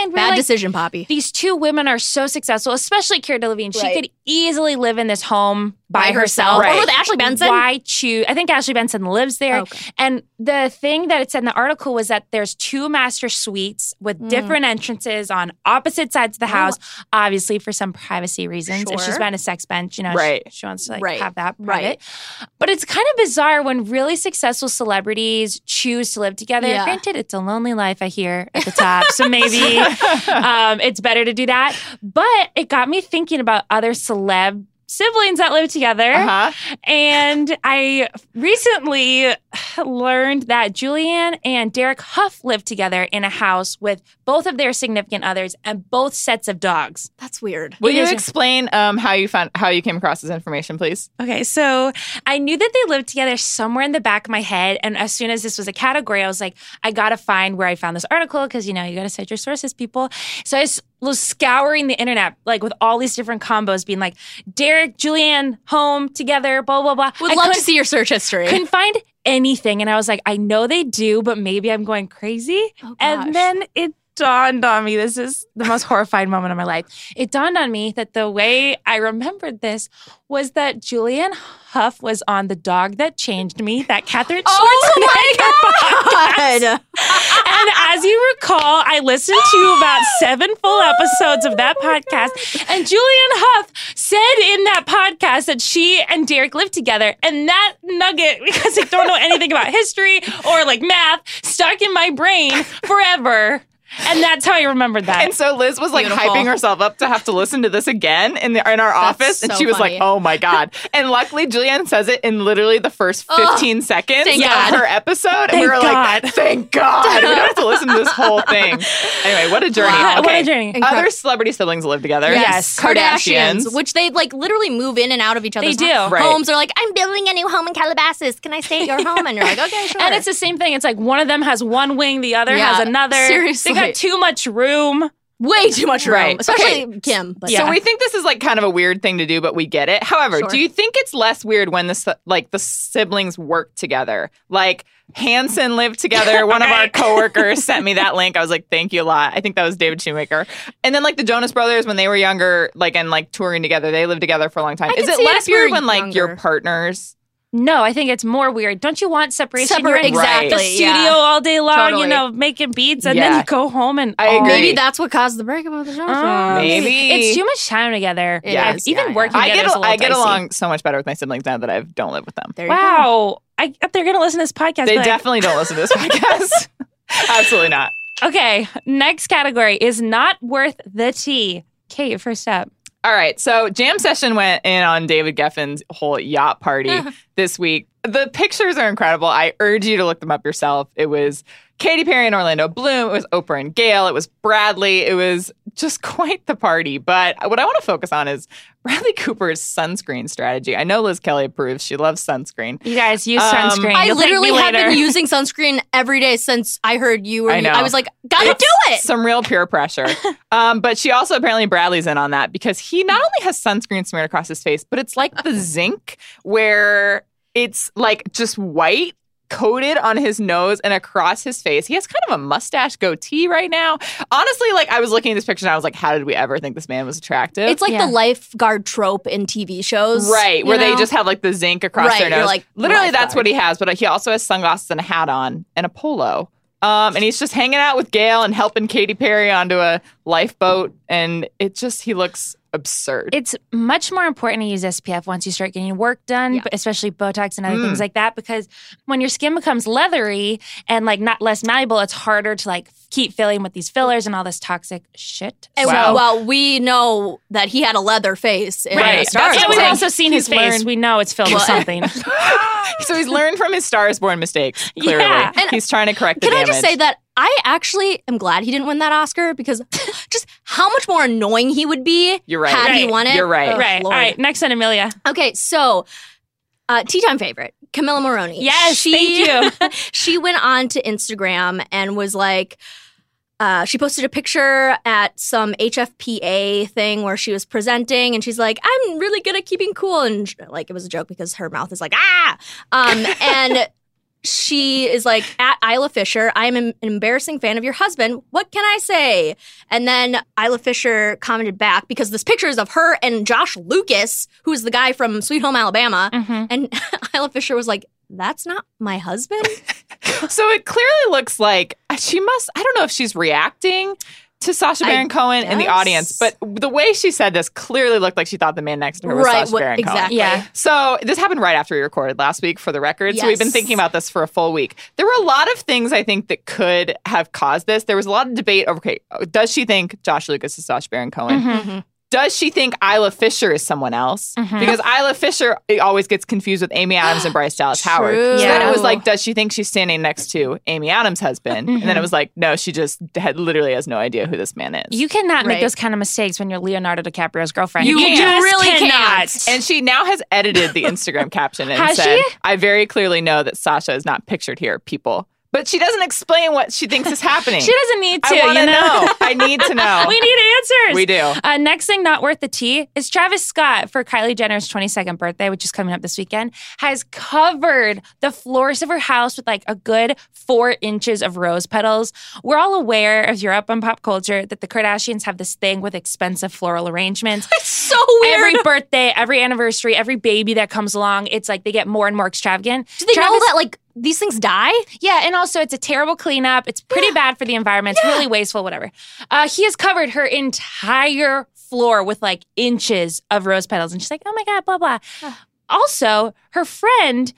S1: And we're
S3: bad
S1: like,
S3: decision, Poppy.
S1: these two women are so successful, especially Kira Delevingne. She
S3: Right.
S1: could easily live in this home by, herself.
S2: Right.
S3: Or with Ashley Benson.
S1: Why choose? I think Ashley Benson lives there.
S3: Okay.
S1: And the thing that it said in the article was that there's two master suites with
S3: Mm.
S1: different entrances on opposite sides of the
S3: Oh.
S1: house, obviously for some privacy reasons. If she's
S3: Sure.
S1: been a sex bench, you know, she-
S2: Right.
S1: she, wants to like
S3: Right.
S1: have that private.
S3: Right.
S1: But it's kind of bizarre when really successful celebrities choose to live together.
S3: Yeah.
S1: Granted, it's a lonely life, I hear at the top. so maybe um, it's better to do that. But it got me thinking about other celeb siblings that live together.
S2: uh-huh.
S1: And I recently learned that Julianne and Derek Huff live together in a house with both of their significant others and both sets of dogs.
S3: That's weird.
S2: Will
S1: It
S2: you
S1: is-
S2: explain um, how you found how you came across this information, please?
S1: Okay, so I knew that they lived together somewhere in the back of my head. And as soon as this was a category, I was like, I gotta find where I found this article because, you know, you gotta cite your sources, people. So I s- was scouring the internet, like with all these different combos being like, Derek, Julianne, home together, blah, blah, blah.
S3: Would
S1: I
S3: love
S1: couldn't
S3: to see your search history.
S1: couldn't find anything. And I was like, I know they do, but maybe I'm going crazy.
S3: Oh, gosh.
S1: And then it dawned on me this is the most horrifying moment of my life. It dawned on me that the way I remembered this was that Julianne Huff was on The Dog That Changed Me, that Catherine Schwarzenegger
S3: Oh
S1: podcast.
S3: God.
S1: And as you recall, I listened to about seven full episodes of that podcast. And Julianne Huff said in that podcast that she and Derek lived together. And that nugget, because I don't know anything about history or like math, stuck in my brain forever. And that's how I remembered that.
S2: And so Liz was like
S3: Beautiful.
S2: hyping herself up to have to listen to this again in the in our office, and
S3: so
S2: she was like,
S3: funny.
S2: "Oh my god!" And luckily, Julianne says it in literally the first fifteen seconds
S3: thank
S2: of
S3: God.
S2: her episode, and we
S1: Thank
S2: were like,
S1: God.
S2: "Thank God, we don't have to listen to this whole thing." Anyway, what a journey!
S1: Wow. What a
S2: Okay.
S1: journey.
S2: Other celebrity siblings live together.
S1: Yes.
S3: Kardashians, which they like literally move in and out of each other's
S1: do.
S3: homes.
S2: Right.
S3: Homes are like, I'm building a new home in Calabasas. Can I stay at your home? And you're like, okay, sure.
S1: And it's the same thing. It's like one of them has one wing, the other
S3: Yeah,
S1: has another.
S3: seriously.
S1: They got too much room.
S3: Way too much room,
S2: Right.
S3: especially Kim. But
S2: So we think this is like kind of a weird thing to do, but we get it. However,
S3: Sure.
S2: do you think it's less weird when the si- like the siblings work together? Like Hanson lived together. One of our
S1: Right.
S2: coworkers sent me that link. I was like, "Thank you a lot." I think that was David Shoemaker. And then like the Jonas Brothers when they were younger, like and like touring together, they lived together for a long time.
S3: I
S2: is
S3: could
S2: it
S3: see it
S2: less
S3: if we were
S2: weird when like your
S3: younger.
S2: partners?
S1: No, I think it's more weird. Don't you want separation?
S3: Separate-
S1: You're in
S3: exactly.
S1: the studio
S3: yeah.
S1: all day long,
S3: Totally.
S1: you know, making beats, and
S2: Yeah.
S1: then you go home and
S2: I
S1: oh,
S2: agree.
S3: Maybe that's what caused the breakup of the Jonas
S1: Oh,
S3: Brothers.
S2: Maybe.
S1: it's too much time together.
S3: It
S2: Yeah.
S3: is.
S1: even
S3: Yeah,
S1: working
S3: yeah.
S2: I
S1: together
S2: get
S1: is a
S2: al-
S1: little
S2: I get
S1: dicey.
S2: along so much better with my siblings now that I don't live with them.
S3: There you go.
S1: Wow, I, they're gonna listen to this podcast.
S2: They
S1: and be like,
S2: definitely don't listen to this podcast. Absolutely not.
S1: Okay, next category is not worth the tea. Kate, you're first up.
S2: All right. So Jam Session went in on David Geffen's whole yacht party this week. The pictures are incredible. I urge you to look them up yourself. It was Katy Perry and Orlando Bloom. It was Oprah and Gail. It was Bradley. It was just quite the party. But what I want to focus on is Bradley Cooper's sunscreen strategy. I know Liz Kelly approves. She loves sunscreen.
S1: You guys use
S2: Um,
S1: sunscreen.
S3: I
S1: You'll thank
S3: literally
S1: me
S3: have
S1: later.
S3: been using sunscreen every day since I heard you were.
S2: I know.
S3: I was like, gotta
S2: It's
S3: do it.
S2: Some real peer pressure. um, but she also apparently Bradley's in on that because he not only has sunscreen smeared across his face, but it's like the zinc where it's like just white coated on his nose and across his face. He has kind of a mustache goatee right now. Honestly, like I was looking at this picture and I was like, how did we ever think this man was attractive?
S3: It's like
S1: Yeah.
S3: the lifeguard trope in TV shows,
S2: Right,
S3: you
S2: where they
S3: know?
S2: just have like the zinc across
S3: Right,
S2: their
S3: you're
S2: nose.
S3: like, "Mm,
S2: Literally, that's
S3: lifeguard.
S2: what he has. But he also has sunglasses and a hat on and a polo. Um, and he's just hanging out with Gail and helping Katy Perry onto a lifeboat. And it just he looks absurd.
S1: It's much more important to use SPF once you start getting work done,
S3: Yeah.
S1: but especially Botox and other
S2: Mm.
S1: things like that, because when your skin becomes leathery and like not less malleable, it's harder to like keep filling with these fillers and all this toxic shit.
S3: And
S2: Wow.
S3: well, we know that he had a leather face. in
S2: Right.
S3: The Star
S2: That's
S1: and
S2: what
S1: we've
S2: I'm
S3: Wars.
S1: also seen
S2: He's
S1: his face.
S2: learned-
S1: We know it's filled with
S3: Well,
S1: something.
S2: so he's learned from his stars born mistakes. Clearly,
S1: Yeah.
S3: And
S2: he's trying to correct. The
S3: Can I
S2: damage.
S3: just say that I actually am glad he didn't win that Oscar because just how much more annoying he would be
S2: You're right.
S3: had he
S1: Right.
S3: won it.
S2: You're right.
S3: Ugh,
S1: right.
S3: Lord.
S1: All right. Next one, Amelia.
S3: Okay, so uh, tea time favorite Camilla Maroney.
S1: Yes, thank you.
S3: she went on to Instagram and was like, uh, she posted a picture at some HFPA thing where she was presenting, and she's like, "I'm really good at keeping cool," and sh- like it was a joke because her mouth is like ah, um, and. She is like at Isla Fisher. I am an embarrassing fan of your husband. What can I say? And then Isla Fisher commented back because this picture is of her and Josh Lucas, who is the guy from Sweet Home Alabama.
S1: Mhm.
S3: And Isla Fisher was like, "That's not my husband."
S2: So it clearly looks like uh, she must. I don't know if she's reacting to Sasha
S3: I
S2: Baron Cohen in the
S3: guess.
S2: audience, but the way she said this clearly looked like she thought the man next to her was Sasha
S3: what-
S2: Baron Cohen.
S3: exactly.
S1: Yeah.
S2: So this happened right after we recorded last week for the record. So we've been
S3: Yes.
S2: thinking about this for a full week. There were a lot of things I think that could have caused this. There was a lot of debate. over, Okay, uh, does she think Josh Lucas is Sasha Baron
S3: Mm-hmm.
S2: Cohen?
S1: Mhm.
S2: Does she think Isla Fisher is someone else?
S3: Mm-hmm.
S1: Mhm.
S2: Because Isla Fisher it always gets confused with Amy Adams and Bryce Dallas
S3: True.
S2: Howard. So then it was
S3: Yeah.
S2: like, does she think she's standing next to Amy Adams' husband? And
S3: Mm-hmm.
S2: then it was like, no, she just had, literally has no idea who this man is.
S1: You cannot make
S3: Right.
S1: those kind of mistakes when you're Leonardo DiCaprio's girlfriend.
S2: You
S1: just
S2: can't.
S3: You really
S1: cannot.
S3: can't.
S2: And she now has edited the Instagram caption and
S1: Has
S2: said,
S1: she?
S2: I very clearly know that Sasha is not pictured here, people. But she doesn't explain what she thinks is happening.
S1: she doesn't need to.
S2: I wanna
S1: you know,
S2: know. I need to know.
S1: we need answers.
S2: We do.
S1: Uh, next thing, not worth the tea, is Travis Scott for Kylie Jenner's 22nd birthday, which is coming up this weekend, has covered the floors of her house with like a good four inches of rose petals. We're all aware, if you're up on pop culture, that the Kardashians have this thing with expensive floral arrangements.
S3: so weird.
S1: Every birthday, every anniversary, every baby that comes along, it's like they get more and more extravagant.
S3: Do they
S1: Travis
S3: know that like these things die?
S1: yeah, and also it's a terrible cleanup. It's pretty bad for the environment. It's really wasteful, whatever. Uh, he has covered her entire floor with like inches of rose petals. And she's like, oh my God, blah, blah. Also, her friend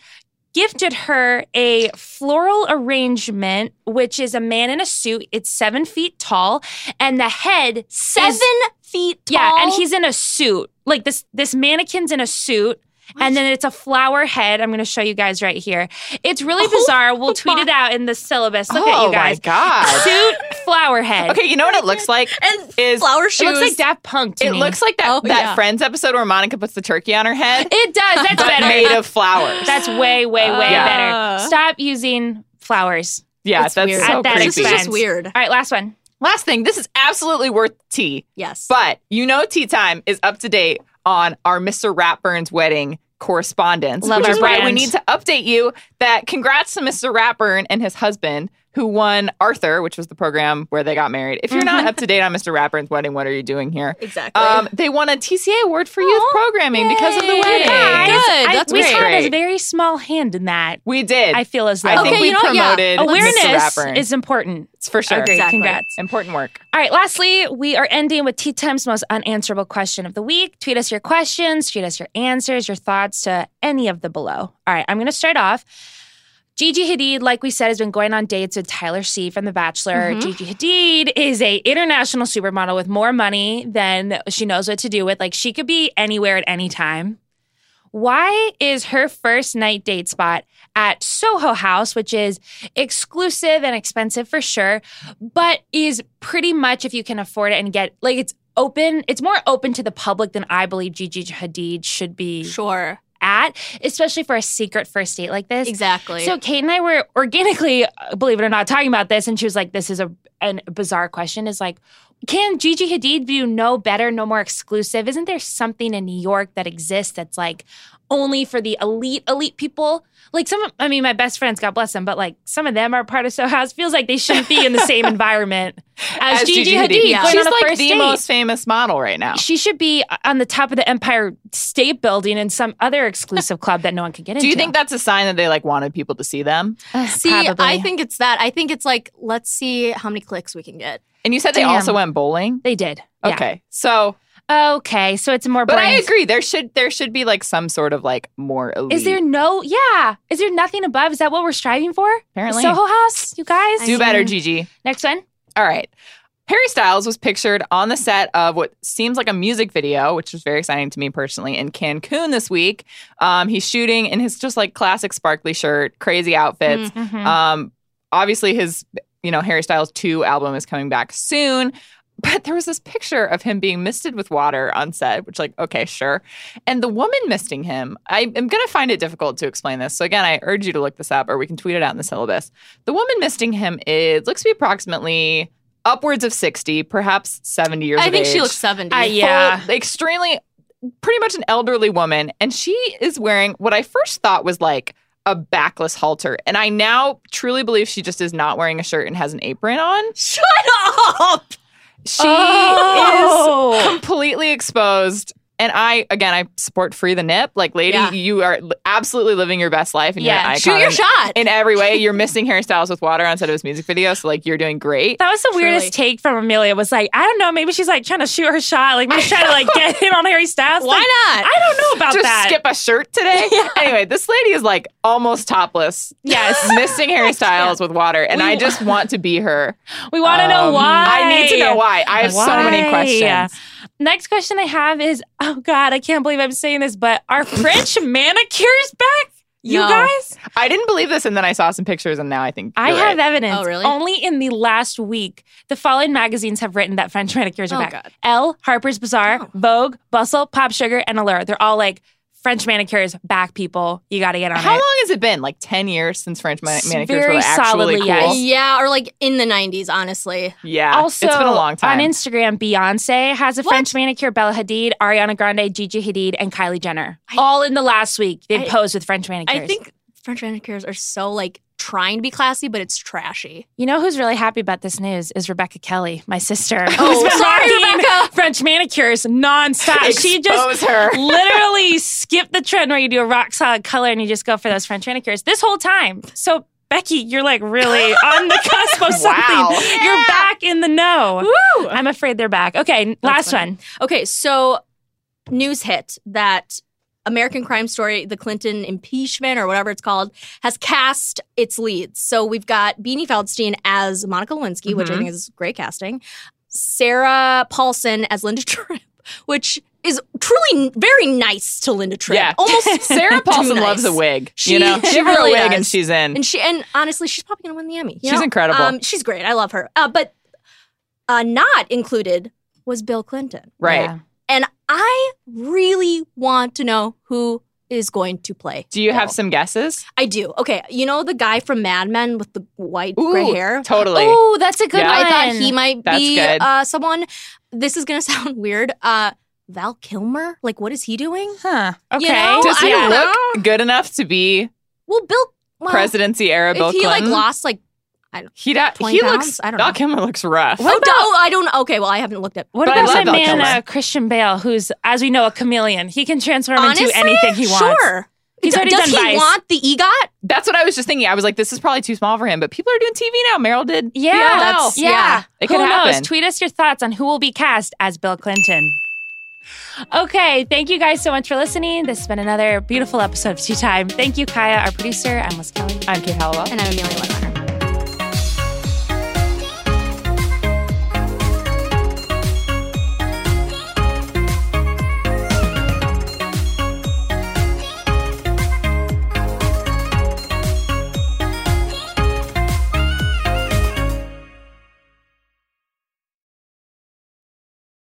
S1: gifted her a floral arrangement, which is a man in a suit. It's seven feet tall, and the head
S3: Seven
S1: is,
S3: feet tall.
S1: yeah, and he's in a suit. Like this, this mannequin's in a suit, and then it's a flower head. I'm going to show you guys right here. It's really
S3: Oh
S1: bizarre. We'll tweet
S3: my-
S1: it out in the syllabus. Look
S2: oh
S1: at you guys.
S2: my God.
S1: Suit, flower head.
S2: okay, you know what it looks like?
S3: and
S2: Is-
S3: flower
S1: It
S3: shoes.
S1: looks like Daft Punk to
S2: It
S1: me.
S2: looks like that,
S3: Oh,
S2: that
S3: yeah.
S2: Friends episode where Monica puts the turkey on her head,
S1: It does. That's
S2: but
S1: better.
S2: made of flowers.
S1: That's way, way, way
S3: Yeah.
S1: better. Stop using flowers.
S2: yeah,
S3: It's
S2: that's
S3: weird.
S2: so
S1: At that
S2: creepy.
S3: This is
S1: expense.
S3: just weird.
S1: All right, last one.
S2: Last thing, this is absolutely worth tea,
S3: Yes.
S2: but you know, tea time is up to date on our Mr. Ratburn's wedding correspondence,
S1: Love
S2: which
S1: our
S2: is why we
S1: brand.
S2: need to update you that congrats to Mr. Ratburn and his husband who won Arthur, which was the program where they got married. If you're
S1: Mm-hmm.
S2: not up to date on Mr. Ratburn's wedding, what are you doing here?
S3: exactly.
S2: Um, they won a TCA award for youth programming because of the
S1: Yay.
S2: wedding.
S1: Guys,
S3: Good.
S1: I-
S3: That's
S1: we
S2: great.
S1: had a
S2: Great.
S1: very small hand in that.
S2: We did.
S1: I feel as though
S2: I think
S3: Okay,
S2: we
S3: you know what? Yeah.
S2: promoted Mr.
S1: awareness
S2: Ratburn.
S1: is important.
S2: It's for sure.
S1: Agreed.
S3: Exactly.
S1: Congrats.
S2: Important work.
S1: All right. Lastly, we are ending with Tea Time's most unanswerable question of the week. Tweet us your questions, tweet us your answers, your thoughts to any of the below. All right. I'm going to start off. Gigi Hadid, like we said, has been going on dates with Tyler C from The Bachelor.
S3: Mhm.
S1: Gigi Hadid is a international supermodel with more money than she knows what to do with. Like she could be anywhere at any time. Why is her first night date spot at Soho House, which is exclusive and expensive for sure, but is pretty much if you can afford it and get like it's open, it's more open to the public than I believe Gigi Hadid should be
S3: sure.
S1: at, especially for a secret first date like this.
S3: Exactly.
S1: So Kate and I were organically, uh, believe it or not, talking about this, and she was like, "This is a an bizarre question." Is like, can Gigi Hadid do no better, no more exclusive? Isn't there something in New York that exists that's like only for the elite, elite people? Like some, I mean, my best friends, God bless them, but like some of them are part of So House. Feels like they shouldn't be in the same environment as, Gigi, Hadid.
S3: yeah.
S1: going
S2: She's
S1: on a
S2: like
S1: first
S2: the
S1: date.
S2: most famous model right now.
S1: She should be uh, on the top of the Empire State Building in some other exclusive club that no one could get into.
S2: Do you think that's a sign that they like wanted people to see them?
S3: see,
S1: Probably.
S3: I think it's that. I think it's like, let's see how many clicks we can get.
S2: And you said they
S1: Damn.
S2: also went bowling.
S1: they did? Yeah.
S2: Okay, so
S1: Okay, so it's a more.
S2: but I
S1: brand-
S2: agree. There should there should be like some sort of like more elite.
S1: Is there no? Yeah. Is there nothing above? Is that what we're striving for?
S2: apparently
S1: Soho House, you guys.
S2: do
S3: I
S2: better,
S3: mean-
S2: Gigi?
S1: Next one.
S2: All right. Harry Styles was pictured on the set of what seems like a music video, which was very exciting to me personally, in Cancun this week. Um, he's shooting in his just like classic sparkly shirt, crazy
S1: Mm-hmm.
S2: outfits.
S3: Mm-hmm.
S2: Um, obviously, his you know Harry Styles two album is coming back soon, but there was this picture of him being misted with water on set, which like okay, sure. And the woman misting him, I am gonna find it difficult to explain this. So again, I urge you to look this up, or we can tweet it out in the syllabus. The woman misting him is looks to be approximately upwards of sixty, perhaps seventy years.
S3: I
S2: of
S3: think she
S2: age.
S3: looks 70.
S1: I-
S2: Full-
S1: Yeah.
S2: extremely, pretty much an elderly woman, and she is wearing what I first thought was like a backless halter, and I now truly believe she just is not wearing a shirt and has an apron on.
S3: Shut up!
S2: She
S1: Oh.
S2: is completely exposed. And I, again, I support free the nip. Like, lady,
S3: Yeah.
S2: you are li- absolutely living your best life and
S1: Yeah.
S2: you're
S3: Shoot
S2: an
S3: your
S2: icon
S3: shot.
S2: in every way. You're missing hairstyles with water on set of his music video. So, like, you're doing great.
S1: That was the weirdest take from Amelia. Was like, I don't know. Maybe she's like trying to shoot her shot. Like, maybe she's trying to like get in on Harry Styles.
S3: Why
S1: Like,
S3: not? Oh,
S1: I don't know about
S2: Just
S1: that.
S2: skip a shirt today. Anyway, this lady is like almost topless.
S1: Yes.
S2: Missing hairstyles with water. And I just want to be her.
S1: we want to know
S2: Um,
S1: why.
S2: I need to know why. I have so many
S1: Why?
S2: questions.
S1: Next question I have is, oh god, I can't believe I'm saying this, but are French manicures back? You
S3: No.
S1: guys,
S2: I didn't believe this. And then I saw some pictures, and now I think
S1: I
S2: you're
S1: have
S2: right.
S1: evidence.
S3: Oh, really?
S1: Only in the last week, the following magazines have written that French manicures are
S3: Oh,
S1: back.
S3: God.
S1: Elle, Harper's Bazaar,
S3: Oh.
S1: Vogue, Bustle, Pop Sugar, and Allure. They're all like French manicures back. People, you got to get on
S2: How
S1: it.
S2: long has it been? Like 10 years since French man-
S1: It's
S2: manicures
S1: very
S2: were actually
S1: solidly,
S2: cool?
S1: yes.
S3: Yeah, or like in the 90s, honestly.
S2: Yeah.
S1: Also,
S2: it's been a long time.
S1: on Instagram, Beyonce has a
S3: What?
S1: French manicure, Bella Hadid, Ariana Grande, Gigi Hadid, and Kylie Jenner.
S3: I-
S1: all in the last week, they
S3: I-
S1: posed with French manicures.
S3: I think French manicures are so like trying to be classy, but it's trashy.
S1: You know who's really happy about this news is Rebecca Kelly, my sister.
S3: Oh, sorry, Rebecca.
S1: French manicures nonstop. she just
S2: Expose her.
S1: literally skipped the trend where you do a rock solid color and you just go for those French manicures this whole time. So Becky, you're like really on the cusp of something.
S2: Wow.
S1: You're back in the know.
S3: Woo!
S1: I'm afraid they're back. Okay, last
S3: funny.
S1: one.
S3: Okay, so news hit that American Crime Story, the Clinton impeachment or whatever it's called, has cast its leads. So we've got Beanie Feldstein as Monica Lewinsky, which I
S2: Mhm.
S3: think is great casting. Sarah Paulson as Linda Tripp, which is truly n- very nice to Linda Tripp.
S2: Yeah.
S3: Almost
S2: Sarah
S3: too
S2: Paulson
S3: nice.
S2: loves a wig.
S3: She-
S2: you know,
S3: she
S2: give her
S3: really
S2: a wig and
S3: does.
S2: she's in.
S3: And she and honestly, she's probably gonna win the Emmy. you
S2: She's
S3: know?
S2: incredible.
S3: Um, she's great. I love her. Uh, but uh, not included was Bill Clinton,
S2: right.
S1: Yeah.
S3: and I really want to know who is going to play.
S2: Do you have
S3: Bill.
S2: some guesses?
S3: I do. Okay, you know the guy from Mad Men with the white gray
S2: Ooh,
S3: hair.
S2: Totally.
S1: Oh, that's a good
S2: Yeah.
S1: one.
S3: I thought he might
S2: That's
S3: be
S2: good.
S3: uh, someone. This is gonna sound weird. Uh, Val Kilmer. Like, what is he doing?
S2: Huh.
S1: Okay.
S3: know,
S2: Does he
S3: I don't
S2: look good enough to be
S3: Well, Bill. Well,
S2: presidency era
S3: If
S2: Bill
S3: he like
S2: Clinton?
S3: lost like
S2: he da-
S3: 20
S2: he
S3: pounds?
S2: looks.
S3: I don't
S2: Val
S3: know.
S2: Kilmer looks rough.
S3: oh, do- oh, I don't. Okay, well, I haven't looked at.
S1: What
S2: But I
S1: about my
S2: love Val
S1: man
S2: Kilmer.
S1: uh, Christian Bale, who's as we know a chameleon? He can transform
S3: Honestly,
S1: into anything he wants.
S3: Sure.
S1: He's
S3: D-
S1: already
S3: Does
S1: done
S3: he
S1: Vice.
S3: want the EGOT?
S2: That's what I was just thinking. I was like, this is probably too small for him. But people are doing TV now. Meryl did.
S1: Yeah,
S2: BLL.
S3: that's-
S1: yeah.
S3: yeah.
S2: It
S1: who
S2: could
S1: knows?
S2: happen.
S1: Tweet us your thoughts on who will be cast as Bill Clinton. Okay, thank you guys so much for listening. This has been another beautiful episode of Tea Time. Thank you, Kaya, our producer. I'm Liz Kelly.
S2: I'm Kate Hallowell.
S3: And I'm Amelia Lemmer.